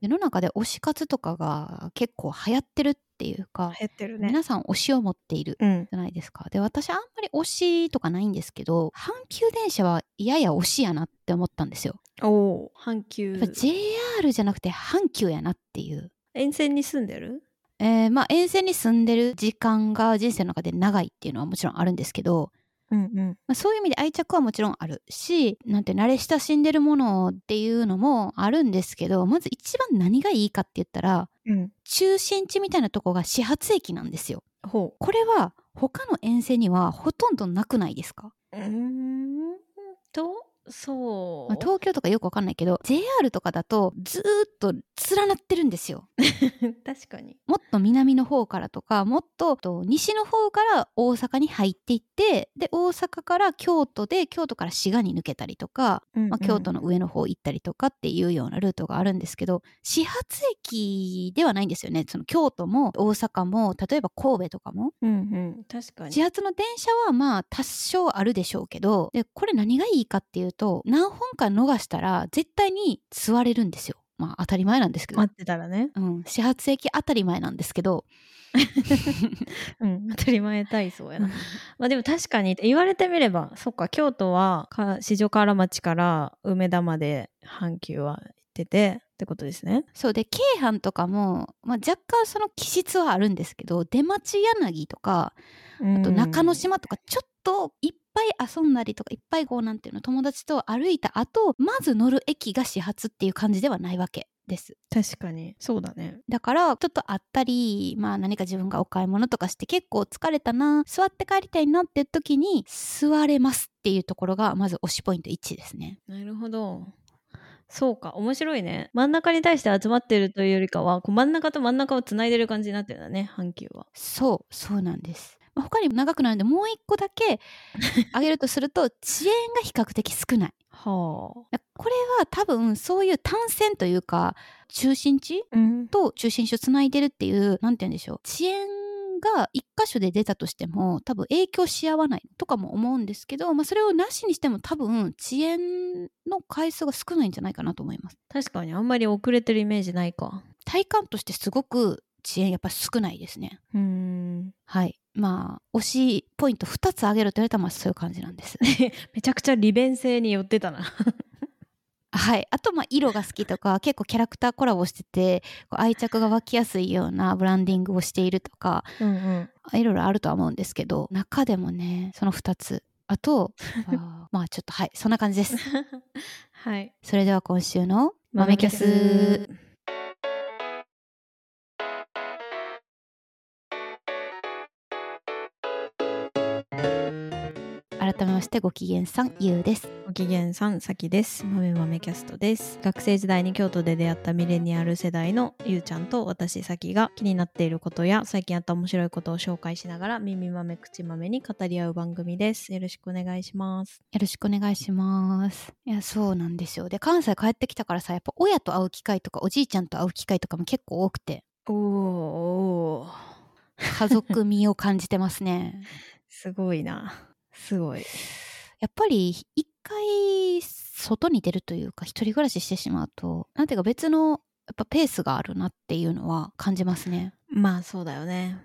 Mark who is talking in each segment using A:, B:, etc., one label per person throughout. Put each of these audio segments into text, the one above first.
A: 世の中で推し活とかが結構流行ってるっていうか、
B: 減ってるね。
A: 皆さん推しを持っている
B: うん。
A: じゃないですか。で、私あんまり推しとかないんですけど、阪急電車はやや推しやなって思ったんですよ。
B: おお、阪急
A: やっぱ JR じゃなくて阪急やなっていう。
B: 沿線に住んでる？
A: えーまあ沿線に住んでる時間が人生の中で長いっていうのはもちろんあるんですけど、
B: うんうん。
A: まあ、そういう意味で愛着はもちろんあるし、なんて慣れ親しんでるものっていうのもあるんですけど、まず一番何がいいかって言ったら、
B: うん。
A: 中心地みたいなとこが始発駅なんですよ。
B: ほ
A: これは他の沿線にはほとんどなくないですか、
B: う。うーんと、そう。
A: まあ、東京とかよくわかんないけど、JR とかだとずーっと連なってるんですよ。
B: 確かに。
A: もっと南の方からとか、もっとと西の方から大阪に入っていって、で、大阪から京都で、京都から滋賀に抜けたりとか、まあ、京都
B: の。
A: の上の方行ったりとかっていうようなルートがあるんですけど始発駅ではないんですよねその京都も大阪も例えば神戸とかも
B: うんうん。確か
A: 始
B: に。
A: 発の電車はまあ多少あるでしょうけどでこれ何がいいかっていうと何本か逃したら絶対に座れるんですよ。まあ当たり前なんですけど、
B: 待ってたらね。
A: うん、始発駅当たり前なんですけど
B: うん。 当たり前体操や
A: う。
B: なんまあでも確かに言われてみれば、そっか、京都はか四条河原町から梅田まで阪急は行っててってことですね。
A: そうで京阪とかも、まあ、若干その気質はあるんですけど出町柳とか
B: あ
A: あと中之島とかちょっといっぱい遊んだりとかいっぱいこうなんていうの友達と歩いた後まず乗る駅が始発っていう感じではないわけです。
B: 確かに。そうだね。
A: だからちょっと会ったりまあ何か自分がお買い物とかして結構疲れたな座って帰りたいなって時に座れますっていうところがまず推しポイント1ですね。
B: なるほど。そうか、面白いね。真ん中に対して集まってるというよりかは、こう真ん中と真ん中をつないでる感じになってるんだね、阪急は。
A: そうそうなんです。まあ他にも長くなるんでもう一個だけ挙げるとすると遅延が比較的少ない。
B: はあ。
A: これは多分そういう単線というか中心地
B: うん。
A: と中心地をつないでるっていうなんて言うんでしょう遅延が一箇所で出たとしても多分影響し合わないとかも思うんですけど、まあ、それをなしにしても多分遅延の回数が少ないんじゃないかなと思います
B: 確かに、あんまり遅れてるイメージないか。
A: 体感としてすごく遅延やっぱ少ないですね
B: うーん。
A: はいまあ推しポイント2つ挙げると言われたらまあそういう感じなんです
B: めちゃくちゃ利便性に寄ってたな。
A: はいあとまあ色が好きとか結構キャラクターコラボしててこう愛着が湧きやすいようなブランディングをしているとか
B: うんうん。
A: いろいろあるとは思うんですけど中でもねその2つあとあー まあちょっとはいそんな感じです
B: はい。
A: それでは今週の豆キャス。改めましてご機嫌さんゆうです
B: ご機嫌さん、さきです。豆豆キャストです。学生時代に京都で出会ったミレニアル世代のゆうちゃんと私、さきが気になっていることや最近あった面白いことを紹介しながら耳豆、口豆に語り合う番組です。よろしくお願いします。
A: よろしくお願いしますいやそうなんですよで関西帰ってきたからさやっぱ親と会う機会とかおじいちゃんと会う機会とかも結構多くて
B: おお
A: 家族味を感じてますね
B: すごいな。すごい。
A: やっぱり一回外に出るというか一人暮らししてしまうとなんていうか別のやっぱペースがあるなっていうのは感じますね
B: まあそうだよね。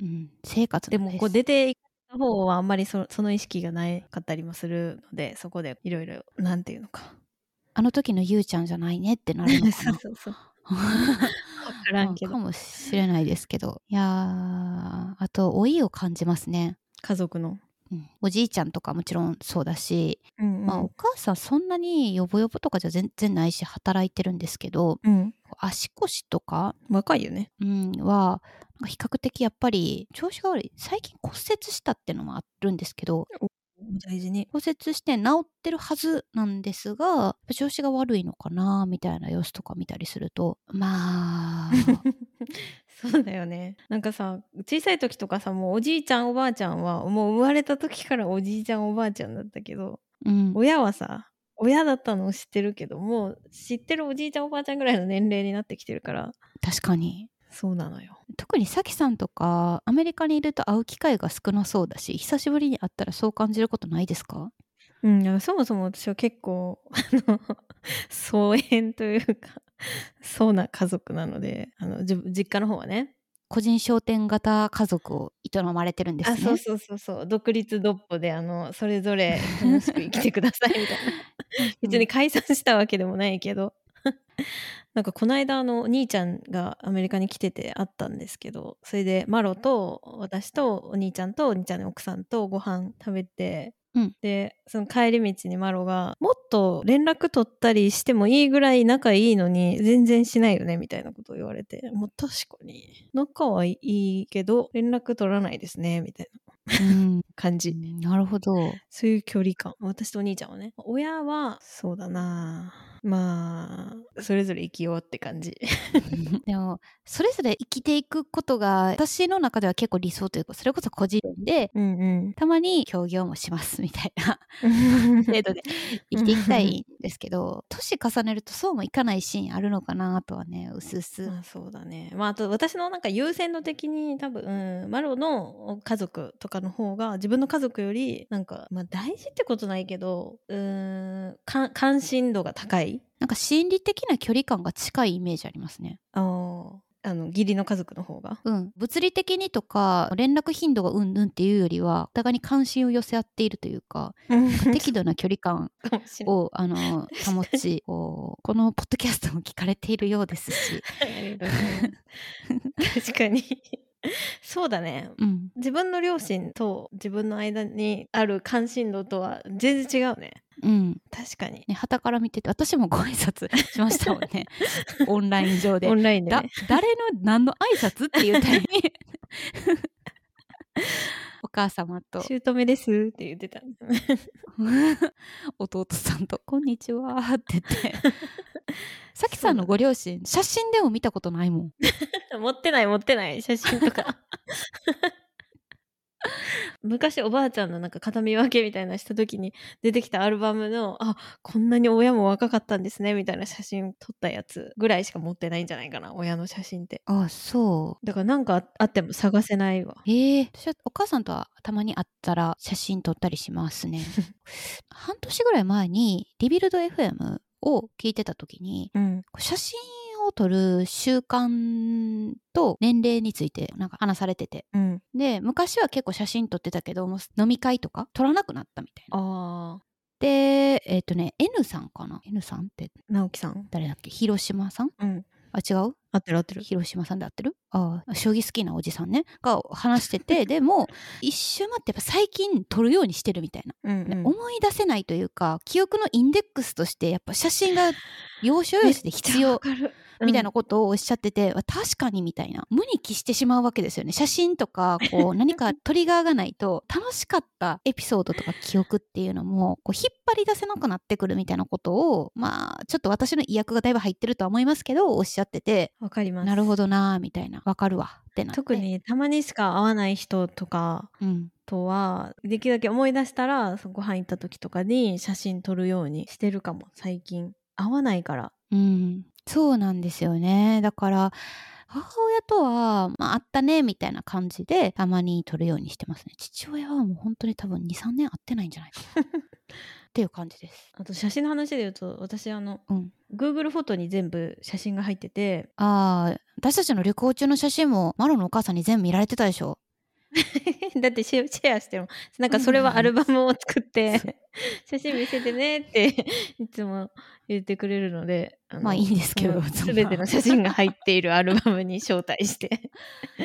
A: うん生活の
B: で
A: ペース
B: もこう出ていった方はあんまりそその意識がないかったりもするので、そこでいろいろ、なんていうのか。
A: あの時のゆうちゃんじゃないねってなるのか
B: そう
A: な
B: そう そう。わか
A: ま
B: ら
A: あ
B: んけど
A: か。もしれないですけどいやーあと老いを感じますね、
B: 家族の。
A: うんおじいちゃんとかもちろんそうだし、
B: うん
A: まあ、お母さんそんなにヨボヨボとかじゃ全然ないし働いてるんですけど
B: うん、
A: 足腰とか、
B: 若いよね。
A: うん、はなんか比較的やっぱり調子が悪い最近骨折したってのもあるんですけど
B: 大事に。
A: 骨折して治ってるはずなんですが調子が悪いのかなみたいな様子とか見たりすると まあ
B: そうだよね。なんかさ、小さい時とかさ、もうおじいちゃんおばあちゃんは、もう生まれた時からおじいちゃんおばあちゃんだったけど、
A: うん
B: 親はさ、親だったのを知ってるけど、もう知ってるおじいちゃんおばあちゃんぐらいの年齢になってきてるから、
A: 確かに
B: そうなのよ。
A: 特にさきさんとかアメリカにいると会う機会が少なそうだし久しぶりに会ったらそう感じることないですか
B: うん、だからそもそも私は結構、あの、疎遠というか、そうな家族なのであのじ実家の方はね
A: 個人商店型家族を営まれてるんですね
B: あそうそうそうそう独立独歩であのそれぞれ楽しく生 きてくださいみたいな 別に解散したわけでもないけど なんかこの間あの兄ちゃんがアメリカに来てて会ったんですけどそれでマロと私とお兄ちゃんとお兄ちゃんの奥さんとご飯食べて、
A: うん
B: でその帰り道にマロがもっと連絡取ったりしてもいいぐらい仲いいのに全然しないよねみたいなことを言われてもう確かに仲はいいけど連絡取らないですねみたいな
A: うん
B: 感じ
A: なるほど
B: そういう距離感。私とお兄ちゃんはね。親は、そうだなあまあ、それぞれ生きようって感じ。
A: でもそれぞれ生きていくことが私の中では結構理想というかそれこそ個人で
B: うんうん。
A: たまに協業もしますみたいな 程 度で
B: う
A: 生き
B: ん
A: ていきたいんですけど年重ねるとそうもいかないシーンあるのかなとはねうすうす
B: まあそうだね。まああと私のなんか優先度的に多分、うん、マロの家族とかの方が自分の家族よりなんか、まあ大事ってことないけど、うん、か関心度が高い。
A: なんか心理的な距離感が近いイメージありますね。
B: あの、あの義理の家族の方が。
A: うん、物理的にとか連絡頻度がうんぬんっていうよりはお互いに関心を寄せ合っているという か適度な距離感
B: かもしれない
A: をあ の保ちこうこのポッドキャストも聞かれているようですし、
B: ありがとう ございます確かに。 そうだね。
A: うん、
B: 自分の両親と自分の間にある関心度とは全然違うね。
A: うん、
B: 確かに。
A: ね、旗から見てて私もご挨拶しましたもん ねオンライン上で
B: オ。ンラインで、
A: だ
B: ね。
A: 誰の何の挨拶っていうタイミング お母様と
B: 姑ですって言ってた。
A: 弟さんと「こんにちは」って言 ってさきさんのご両親写真でも見たことないもん
B: 持ってない持ってない写真 とか。昔おばあちゃんのなんか形見分けみたいなした時に出てきたアルバムのあこんなに親も若かったんですねみたいな写真撮ったやつぐらいしか持ってないんじゃないかな親の写真って
A: あそ
B: だからなんかああっても探せないわ
A: うええ私はお母さんとはたまに会ったら写真撮ったりします ね半年ぐらい前にリビルド FM を聞いてた時に
B: うん
A: 写真を撮る習慣と年齢についてなんか話されてて
B: うん
A: で昔は結構写真撮ってたけどもう飲み会とか撮らなくなったみたいな
B: あ
A: でえっ、とね N さんかな N さんって
B: あ直樹さん
A: 誰だっけ広島さん
B: うん
A: あ違う
B: 合ってる合ってる
A: 広島さんで合ってるああ将棋好きなおじさんねが話して てでも一周待ってやっぱ最近撮るようにしてるみたいな、
B: うんうん
A: 思い出せないというか記憶のインデックスとしてやっぱ写真が要所要所で必要みたいなことをおっしゃってて、確かにみたいな無に帰してしまうわけですよね写真とか こう何かトリガーがないと楽しかったエピソードとか記憶っていうのもこう引っ張り出せなくなってくるみたいなことをまあちょっと私の意訳がだいぶ入ってるとは思いますけどおっしゃってて
B: わかります
A: なるほどなーみたいなわかるわってなって
B: 特、にたまにしか会わない人とか
A: うん、
B: とはできるだけ思い出したらそのご飯行った時とかに写真撮るようにしてるかも最近会わないから
A: うん、そうなんですよねだから母親とは、まあ、あったねみたいな感じでたまに撮るようにしてますね父親はもう本当に多分23年会ってないんじゃないか なっていう感じです
B: あと写真の話で言うと私あの、
A: うん
B: Google フォトに全部写真が入って て
A: ああ私たちの旅行中の写真もマロのお母さんに全部見られてたでしょ
B: だってシェシェアしてもなんかそれはアルバムを作って
A: そ
B: 写真見せてねっていつも言ってくれるのであの
A: まあいいんですけど
B: うん
A: そんな
B: 全ての写真が入っているアルバムに招待して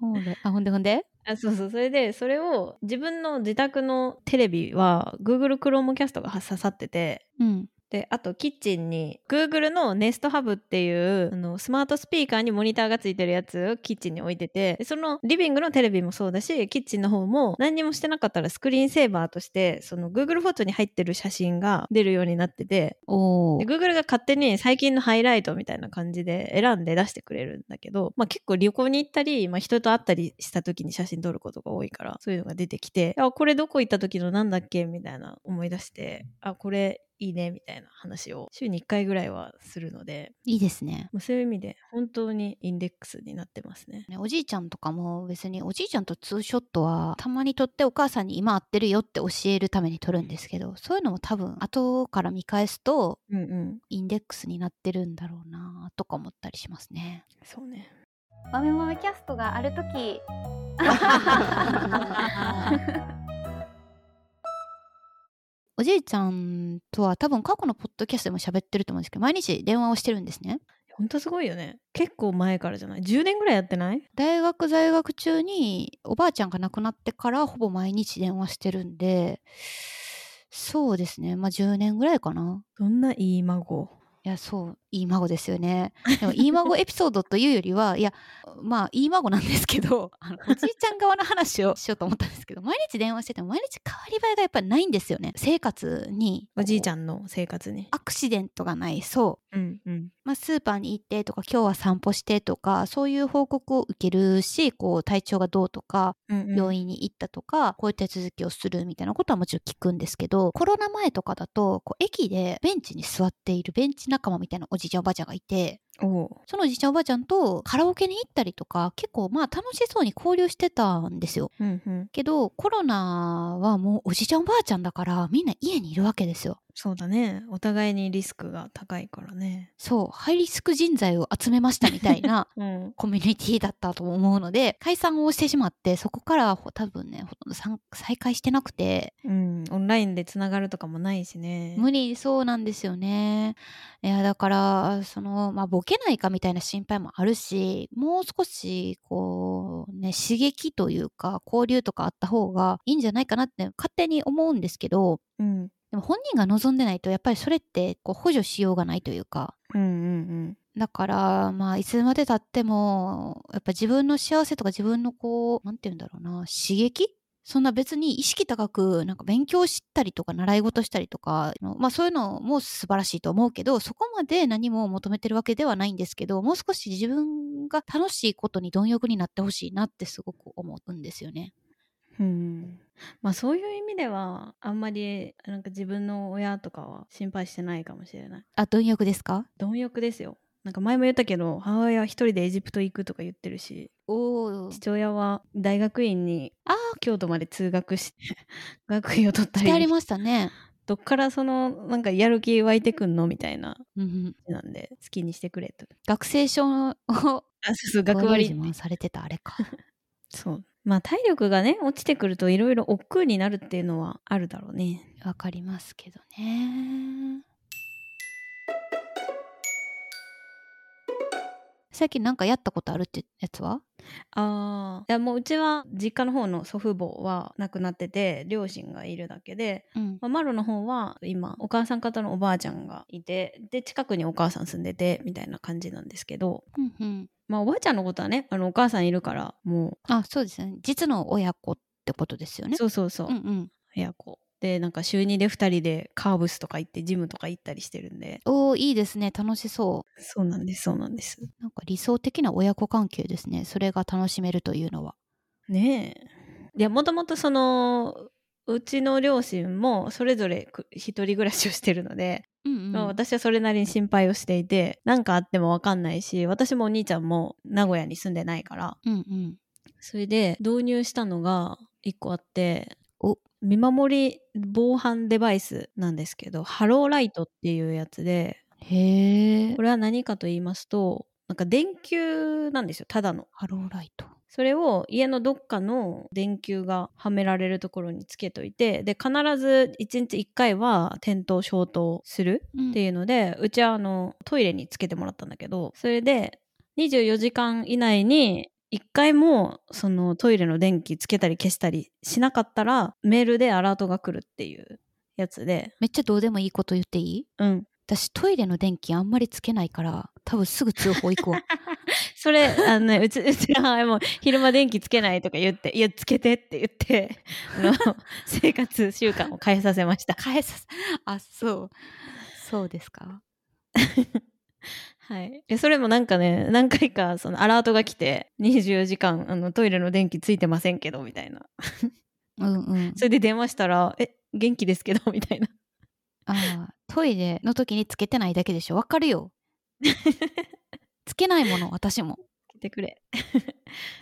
A: ほんであほんでほんで
B: あそうそうそれでそれを自分の自宅のテレビは Google Chromecast が刺さってて
A: うん
B: であとキッチンに Google の Nest Hub っていうあのスマートスピーカーにモニターがついてるやつをキッチンに置いててでそのリビングのテレビもそうだしキッチンの方も何にもしてなかったらスクリーンセーバーとしてその Google フォトに入ってる写真が出るようになってて
A: お
B: で
A: ー
B: Google が勝手に最近のハイライトみたいな感じで選んで出してくれるんだけど、まあ、結構旅行に行ったり、まあ、人と会ったりした時に写真撮ることが多いからそういうのが出てきてあこれどこ行った時のなんだっけみたいな思い出してあこれいいねみたいな話を週に1回ぐらいはするので、
A: いいですね。
B: まあ、そういう意味で本当にインデックスになってますね。
A: ねおじいちゃんとかも別におじいちゃんとツーショットはたまに撮ってお母さんに今合ってるよって教えるために撮るんですけどそういうのも多分後から見返すと
B: うんうん。
A: インデックスになってるんだろうなとか思ったりしますね。
B: そうね。
C: マメマメキャストがあるとき。
A: おじいちゃんとは多分過去のポッドキャストでも喋ってると思うんですけど毎日電話をしてるんですね。
B: 本当すごいよね。結構前からじゃない ?10 年ぐらいやってない
A: 大学在学中におばあちゃんが亡くなってからほぼ毎日電話してるんでそうですねまあ10年ぐらいかな
B: どんないい孫。
A: いやそういい孫ですよねでもいい孫エピソードというよりはいやまあいい孫なんですけど あのおじいちゃん側の話をしようと思ったんですけど毎日電話してても毎日変わり映えがやっぱりないんですよね生活に
B: おじいち
A: ん
B: ゃんの生活に。
A: アクシデントがないそう
B: うんうん。
A: まあ、スーパーに行ってとか今日は散歩してとかそういう報告を受けるしこう体調がどうとか病院に行ったとか、こういった手続きをするみたいなことはもちろん聞くんですけどコロナ前とかだとこう駅でベンチに座っているベンチ仲間みたいなおじいちゃんおばあちゃんがいて
B: おう
A: そのおじいちゃんおばあちゃんとカラオケに行ったりとか結構まあ楽しそうに交流してたんですよ。
B: うんうん。
A: けどコロナはもうおじいちゃんおばあちゃんだからみんな家にいるわけですよ。
B: そうだね。お互いにリスクが高いからね。
A: そうハイリスク人材を集めましたみたいな
B: うん。
A: コミュニティだったと思うので解散をしてしまってそこからほ多分ねほとんどさん再開してなくて
B: うん。オンラインでつながるとかもないしね。
A: 無理そうなんですよねいやだからその、まあ、ボケないかみたいな心配もあるしもう少しこうね刺激というか交流とかあった方がいいんじゃないかなって勝手に思うんですけど
B: うん。
A: でも本人が望んでないとやっぱりそれってこう補助しようがないというか
B: うんうん
A: だからまあいつまでたってもやっぱ自分の幸せとか自分のこうなんて言うんだろうな刺激そんな別に意識高くなんか勉強したりとか習い事したりとかあのまあそういうのも素晴らしいと思うけどそこまで何も求めてるわけではないんですけどもう少し自分が楽しいことに貪欲になってほしいなってすごく思うんですよね。
B: うん。うん。まあそういう意味では、あんまりなんか自分の親とかは心配してないかもしれない。
A: あ貪欲ですか
B: 貪欲ですよ。なんか前も言ったけど、母親は一人でエジプト行くとか言ってるし、
A: おー
B: 父親は大学院に
A: あー
B: 京都まで通学して 学位を取った
A: 来てあり
B: り
A: ましたね。
B: どっからそのなんかやる気湧いてくんのみたいな
A: うんうん、
B: なんで好きにしてくれと
A: 学生証を
B: あそうそう 学
A: 学割自
B: 割
A: 慢されてたあれか。
B: そうまあ体力がね落ちてくるといろいろ億劫になるっていうのはあるだろうね
A: わかりますけどね。最近なんかやったことあるってやつは
B: ああいやもううちは実家の方の祖父母は亡くなってて両親がいるだけで、
A: うん
B: まあ、マロの方は今お母さん方のおばあちゃんがいてで近くにお母さん住んでてみたいな感じなんですけど
A: うんうん。
B: まあおばあちゃんのことはねあのお母さんいるからも
A: あ、そうですね。実の親子ってことですよ
B: う、
A: ね。
B: そうそうそう、
A: うんうん。
B: 親子でなんか週2で2人でカーブスとか行ってジムとか行ったりしてるんで
A: おーいいですね。楽しそ
B: そうなんですそうなんです
A: う。なんか理想的な親子関係ですね。それが楽しめるというのは。
B: ねえいやもともとそのうちの両親もそれぞれく一人暮らしをしてるので、
A: うんうん。
B: まあ、私はそれなりに心配をしていて何かあっても分かんないし私もお兄ちゃんも名古屋に住んでないから
A: うんうん。
B: それで導入したのが1個あって
A: お
B: 見守り防犯デバイスなんですけどハローライトっていうやつで
A: へえ
B: こ。れは何かと言いますとなんか電球なんですよただの。
A: ハローライト。
B: それを家のどっかの電球がはめられるところにつけといてで必ず1日1回は点灯消灯する
A: うん
B: っていうので、うちはあのトイレにつけてもらったんだけどそれで24時間以内に1回もそのトイレの電気つけたり消したりしなかったらメールでアラートが来るっていうやつで
A: めっちゃどうでもいいこと言っていい
B: うん
A: 私トイレの電気あんまりつけないから、多分すぐ通報行くわ。
B: それあの、ね、うち うちの母親も昼間電気つけないとか言って「いやつけて」って言って あの生活習慣を変えさせました
A: 返さ あそうそうですか
B: はいでそれもなんかね何回かそのアラートが来て24時間あのトイレの電気ついてませんけどみたいな
A: うんうん
B: それで電話したら「え元気ですけど」みたいな
A: ああトイレの時につけてないだけでしょわかる よつけないもの私も
B: 来てくれ。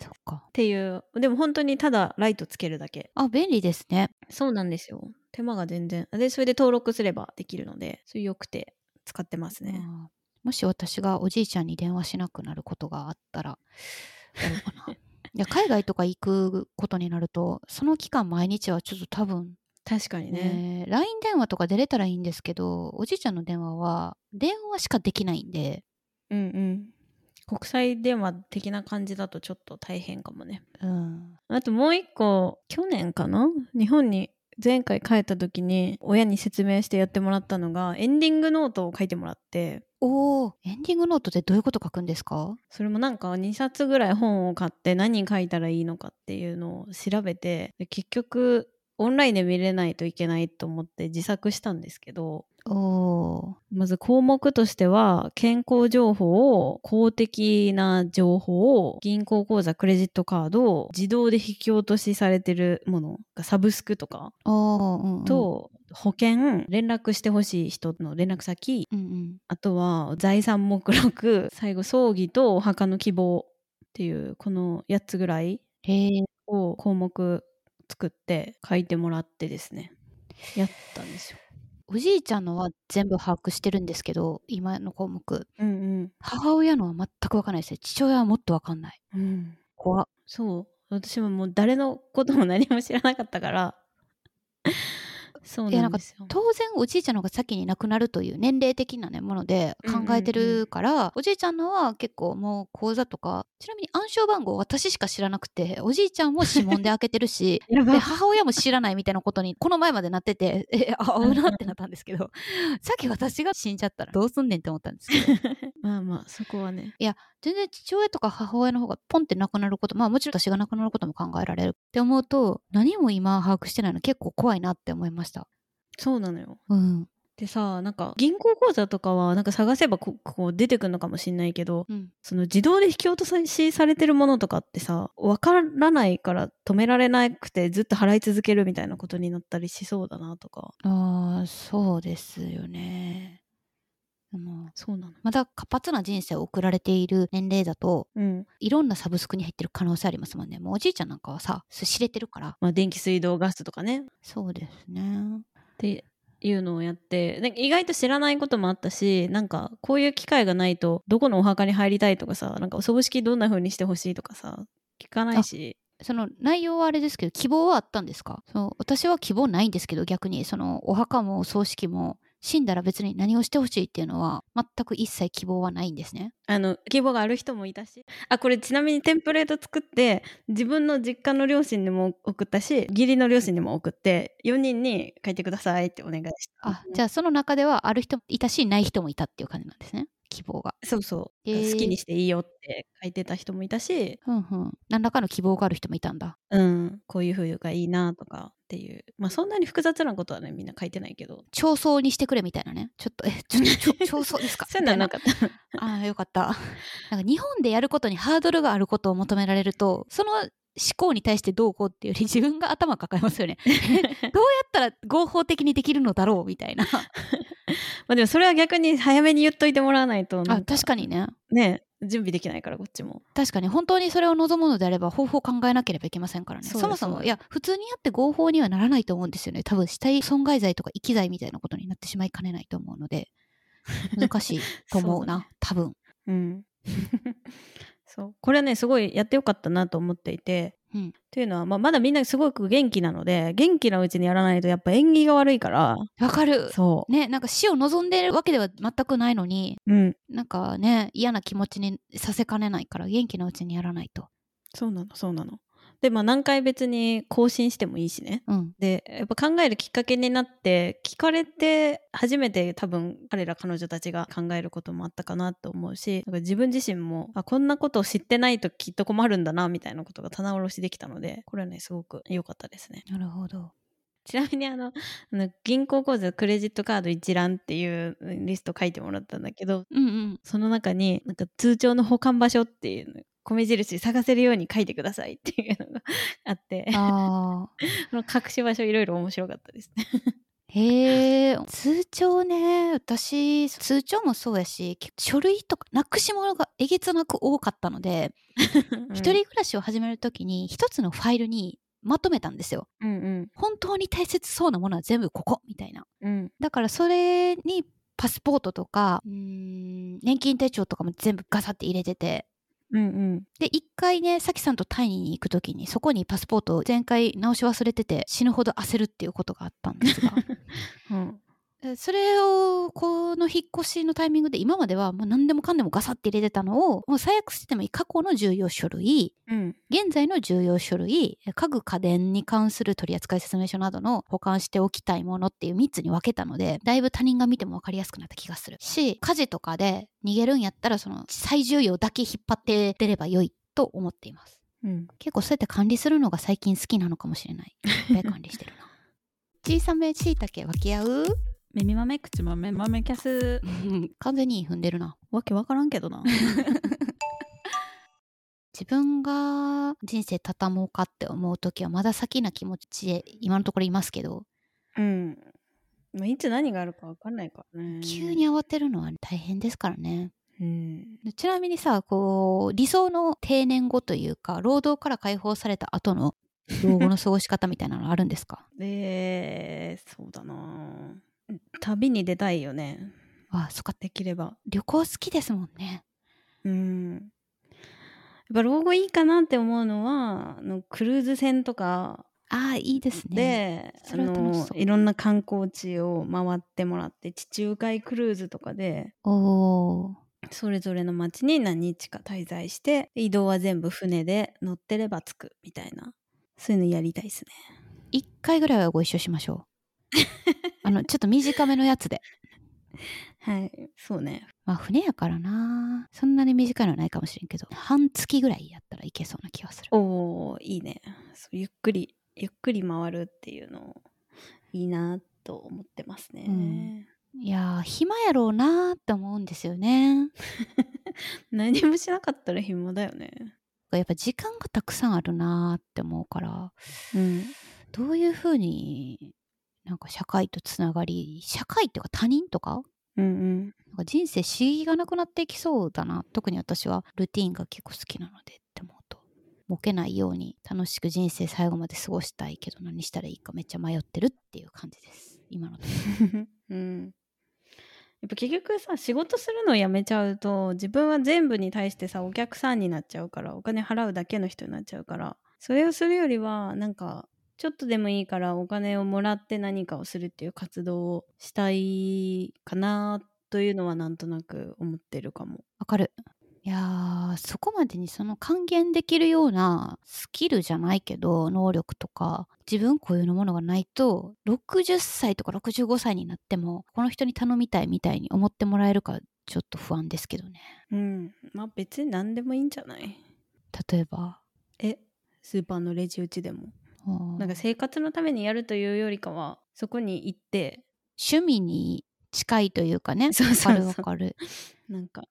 A: そっか
B: っていうでも本当にただライトつけるだけ
A: あ便利ですね
B: そうなんですよ手間が全然でそれで登録すればできるのでそれよくて使ってますね、
A: ああもし私がおじいちゃんに電話しなくなることがあったらやろうか ないや海外とか行くことになるとその期間毎日はちょっと多分
B: 確かにね
A: ね LINE 電話とか出れたらいいんですけどおじいちゃんの電話は電話しかできないんで
B: うんうん国際電話的な感じだとちょっと大変かもね
A: うん
B: あともう一個去年かな日本に前回帰った時に親に説明してやってもらったのがエンディングノートを書いてもらって
A: おおエンディングノートってどういうこと書くんですか
B: それもなんか2冊ぐらい本を買って何書いたらいいのかっていうのを調べてで結局オンラインで見れないといけないと思って自作したんですけど
A: おお
B: まず項目としては健康情報を公的な情報を銀行口座クレジットカードを自動で引き落としされてるものがサブスクとか
A: ーおーうんうん、
B: と、保険連絡してほしい人の連絡先
A: うんうん、
B: あとは財産目録最後葬儀とお墓の希望っていうこの8つぐらい
A: へえ
B: を項目作って書いてもらってですねやったんですよ。
A: おじいちゃんのは全部把握してるんですけど今の項目
B: うん
A: 母親のは全く分かんないですね父親はもっと分かんない
B: うんうん、
A: 怖っ
B: そう私ももう誰のことも何も知らなかったから そうなんですよ。
A: 当然おじいちゃんの方が先に亡くなるという年齢的な、ね、もので考えてるから、おじいちゃんのは結構もう口座とかちなみに暗証番号私しか知らなくておじいちゃんも指紋で開けてるし
B: やば
A: で
B: い
A: 母親も知らないみたいなことにこの前までなっててえあ合うなってなったんですけどさっき私が死んじゃったらどうすんねんって思ったんですけど
B: まあまあそこはね
A: 全然父親とか母親の方がポンって亡くなることまあもちろん私が亡くなることも考えられるって思うと何も今把握してないの結構怖いなって思いました。
B: そうなのよ。
A: うん、
B: でさなんか銀行口座とかはなんか探せばここう出てくるのかもしんないけど
A: うん、
B: その自動で引き落としされてるものとかってさ分からないから止められなくてずっと払い続けるみたいなことになったりしそうだなとか
A: ああそうですよね。あの
B: そうなの
A: まだ活発な人生を送られている年齢だと
B: うん
A: いろんなサブスクに入ってる可能性ありますもんね。もうおじいちゃんなんかはさ知れてるから
B: まあ電気水道ガスとかね
A: そうですね。
B: っていうのをやってなんか意外と知らないこともあったしなんかこういう機会がないとどこのお墓に入りたいとかさなんかお葬式どんな風にしてほしいとかさ聞かないし
A: その内容はあれですけど希望はあったんですかその私は希望ないんですけど逆にそのお墓もお葬式も死んだら別に何をしてほしいっていうのは全く一切希望はないんですね。
B: あの希望がある人もいたしあこれちなみにテンプレート作って自分の実家の両親にも送ったし義理の両親にも送って4人に書いてくださいってお願いした
A: あじゃあその中ではある人もいたしない人もいたっていう感じなんですね希望が。
B: そうそう、
A: へー
B: 好きにしていいよって書いてた人もいたし、
A: うんうん、何らかの希望がある人もいたんだ。
B: うん、こういう風がいいなとかっていうまあそんなに複雑なことはねみんな書いてないけど
A: 調層にしてくれみたいなねちょっとえちょち ょ調層ですか
B: そういうのはな
A: み
B: か
A: た
B: った
A: い なあーよかったなんか日本でやることにハードルがあることを求められるとその思考に対してどうこうっていうより自分が頭抱え ますよねだったら合法的にできるのだろうみた いな
B: まあでもそれは逆に早めに言っといてもらわないとな
A: あ
B: ん
A: 確かにね
B: ね準備できないからこっちも
A: 確かに本当にそれを望むのであれば方法を考えなければいけませんからね
B: そうです
A: そもそ
B: そう
A: も
B: です
A: いや普通にやって合法にはならないと思うんですよね多分死体損害罪とか遺棄罪みたいなことになってしまいかねないと思うので 難しいと思うな多分、
B: うん、 そうこれはねすごいやってよかったなと思っていて、
A: うん
B: というのは、まあ、まだみんなすごく元気なので元気なうちにやらないとやっぱ縁起が悪いから
A: わかる
B: そ
A: ねなんか死を望んでるわけでは全くないのに
B: う、うん、
A: なんかね嫌な気持ちにさせかねないから元気なうちにやらないと
B: そうなのそうなの。でまあ何回別に更新してもいいしね。
A: うん
B: でやっぱ考えるきっかけになって聞かれて初めて多分彼ら彼女たちが考えることもあったかなと思うしなんか自分自身もあこんなことを知ってないときっと困るんだなみたいなことが棚卸しできたのでこれはねすごく良かったですね。
A: なるほど
B: ちなみにあの あの銀行口座クレジットカード一覧っていうリスト書いてもらったんだけど
A: うんうん
B: その中になんか通帳の保管場所っていうの米印探せるように書いてください っていうのがあって
A: ああ
B: この隠し場所いろいろ面白かったですね。
A: へえ通帳ね私通帳もそうやし結構書類とかなくし物がえげつなく多かったので一、人暮らしを始めるときに一つのファイルにまとめたんですよ
B: うんうん
A: 本当に大切そうなものは全部ここみたいな
B: うん
A: だからそれにパスポートとかうーん年金手帳とかも全部ガサって入れてて
B: うんうん
A: で一回ねさきさんとタイに行く時にそこにパスポートを前回直し忘れてて死ぬほど焦るっていうことがあったんですが
B: うん
A: えそれをこの引っ越しのタイミングで今まではもう何でもかんでもガサって入れてたのをもう最悪してもいい過去の重要書類
B: うん
A: 現在の重要書類家具家電に関する取扱説明書などの保管しておきたいものっていう3つに分けたのでだいぶ他人が見ても分かりやすくなった気がするし家事とかで逃げるんやったらその最重要だけ引っ張って出れば良いと思っています
B: うん
A: 結構そうやって管理するのが最近好きなのかもしれないいっぱい管理してるな 小さめしいたけ分け合う
B: 耳豆口豆豆キャス
A: 完全に踏んでるな
B: わけわからんけどな
A: 自分が人生畳もうかって思う時はまだ先な気持ちで今のところいますけど
B: うんまあいつ何があるかわかんないからね
A: 急に慌てるのは大変ですからね。
B: うん
A: ちなみにさ、こう、理想の定年後というか、労働から解放された後の老後の過ごし方みたいなのあるんです か
B: えー、そうだな旅に出たいよね
A: あそっか。
B: できれば
A: 旅行好きですもんね。
B: うんやっぱ老後いいかなって思うのはあのクルーズ船とか
A: ああ、いいですね。
B: で、
A: そ
B: あ
A: れは楽し
B: の
A: そう
B: いろんな観光地を回ってもらって地中海クルーズとかで
A: おー。
B: それぞれの町に何日か滞在して移動は全部船で乗ってれば着くみたいなそういうのやりたいですね
A: 一回ぐらいはご一緒しましょう。あの、ちょっと短めのやつで。
B: はいそうね
A: まあ、船やからな。そんなに短いのはないかもしれんけど、半月ぐらいやったらいけそうな気がする。
B: おーいいねそうゆっくりゆっくり回るっていうのいいなと思ってますね、
A: うんいやー、暇やろうなーって思うんですよね。
B: 何もしなかったら暇だよね
A: やっぱ時間がたくさんあるなーって思うから
B: うん
A: どういうふうになんか社会とつながり社会っていうか他人とか
B: うんうん
A: なんか人生刺激がなくなっていきそうだな特に私はルーティンが結構好きなのでって思うとボケないように楽しく人生最後まで過ごしたいけど何したらいいかめっちゃ迷ってるっていう感じです今のところ
B: うん、やっぱ結局さ仕事するのをやめちゃうと自分は全部に対してさお客さんになっちゃうからお金払うだけの人になっちゃうからそれをするよりはなんかちょっとでもいいからお金をもらって何かをするっていう活動をしたいかなというのはなんとなく思ってるかも。
A: わかるいやーそこまでにその還元できるようなスキルじゃないけど能力とか自分固有のものがないと60歳とか65歳になってもこの人に頼みたいみたいに思ってもらえるかちょっと不安ですけどね
B: うん、まあ別に何でもいいんじゃない
A: 例えば
B: えスーパーのレジ打ちでも
A: うん
B: なんか生活のためにやるというよりかはそこに行って
A: 趣味に近いというかねわ
B: そうそうそう
A: かるわか る
B: なんか、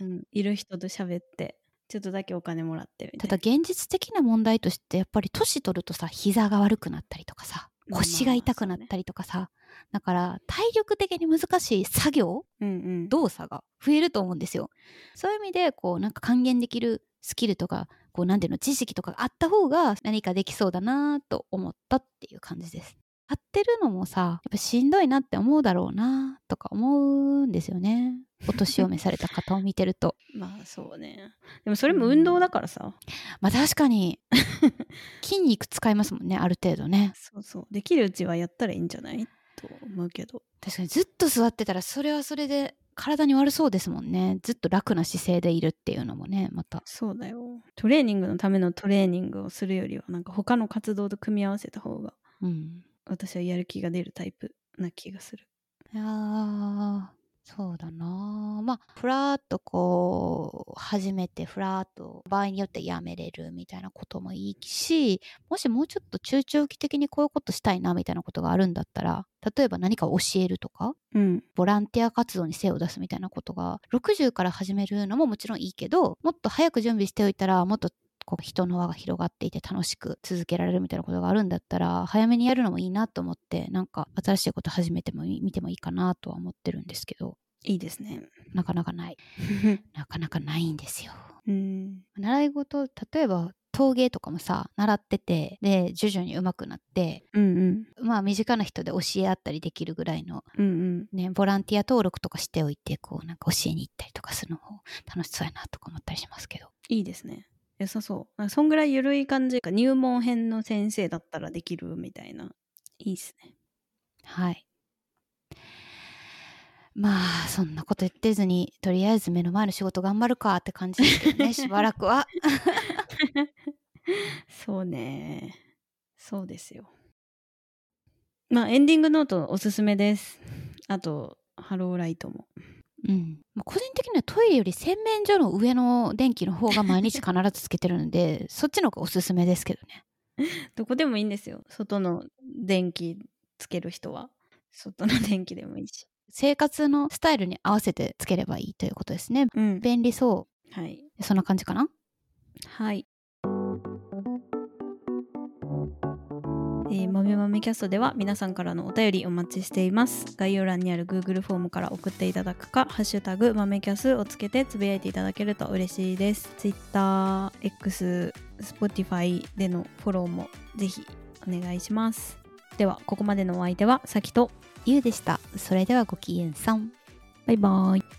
B: うん、いる人と喋って、ちょっとだけお金もらってみた
A: た
B: い
A: だ
B: な。
A: 現実的な問題としてやっぱり年取るとさ膝が悪くなったりとかさ
B: まあ
A: 腰が痛くなったりとかさだから体力的に難しい作業
B: うんうん。
A: 動作が増えると思うんですよ。そういう意味でこうなんか還元できるスキルとかこうなんていうの知識とかがあった方が何かできそうだなと思ったっていう感じです。やってるのもさやっぱしんどいなって思うだろうなとか思うんですよね。お年を召された方を見てると。
B: まあそうね。でもそれも運動だからさ。
A: まあ確かに筋肉使いますもんねある程度ね。
B: そうそう。できるうちはやったらいいんじゃないと思うけど。
A: 確かにずっと座ってたらそれはそれで体に悪そうですもんね。ずっと楽な姿勢でいるっていうのもねまた。
B: そうだよ。トレーニングのためのトレーニングをするよりは、なんか他の活動と組み合わせた方が、
A: うん
B: 私はやる気が出るタイプな気がする。
A: いやーそうだなーまあふらーっとこう始めてふらーっと場合によってやめれるみたいなこともいいしもしもうちょっと中長期的にこういうことしたいなみたいなことがあるんだったら例えば何か教えるとか
B: うん。
A: ボランティア活動に精を出すみたいなことが60から始めるのももちろんいいけどもっと早く準備しておいたらもっとこう人の輪が広がっていて楽しく続けられるみたいなことがあるんだったら早めにやるのもいいなと思ってなんか新しいこと始めてもいい見てもいいかなとは思ってるんですけど
B: いいです ね。
A: なかなかないなかなかないんですよ。
B: うん。
A: 習い事例えば陶芸とかもさ習っててで徐々に上手くなって
B: うんうん。
A: まあ身近な人で教え合ったりできるぐらいの
B: うんうん。
A: ねボランティア登録とかしておいてこうなんか教えに行ったりとかするのも楽しそうやなとか思ったりしますけど
B: いいですね。良さそう。あそんぐらい緩い感じか、入門編の先生だったらできるみたいな。いいですね。
A: はいまあそんなこと言ってずにとりあえず目の前の仕事頑張るかって感じですけどねしばらくは
B: そうね。そうですよ。まあ、エンディングノートおすすめです。あと、ハローライトも。
A: うんまあ個人的にはトイレより洗面所の上の電気の方が毎日必ずつけてるんでそっちの方がおすすめですけどね
B: どこでもいいんですよ。外の電気つける人は。外の電気でもいいし。
A: 生活のスタイルに合わせてつければいいということですね
B: うん。
A: 便利そ
B: はい。
A: うそんな感じかな
B: はい。えー、豆豆キャストでは皆さんからのお便りお待ちしています。概要欄にある Google フォームから送っていただくか、ハッシュタグ豆キャスをつけてつぶやいていただけると嬉しいです。Twitter、X、Spotify でのフォローもぜひお願いします。では、ここまでのお相手はさきと
A: ゆうでしたそれではごきげんさん
B: バイバイ。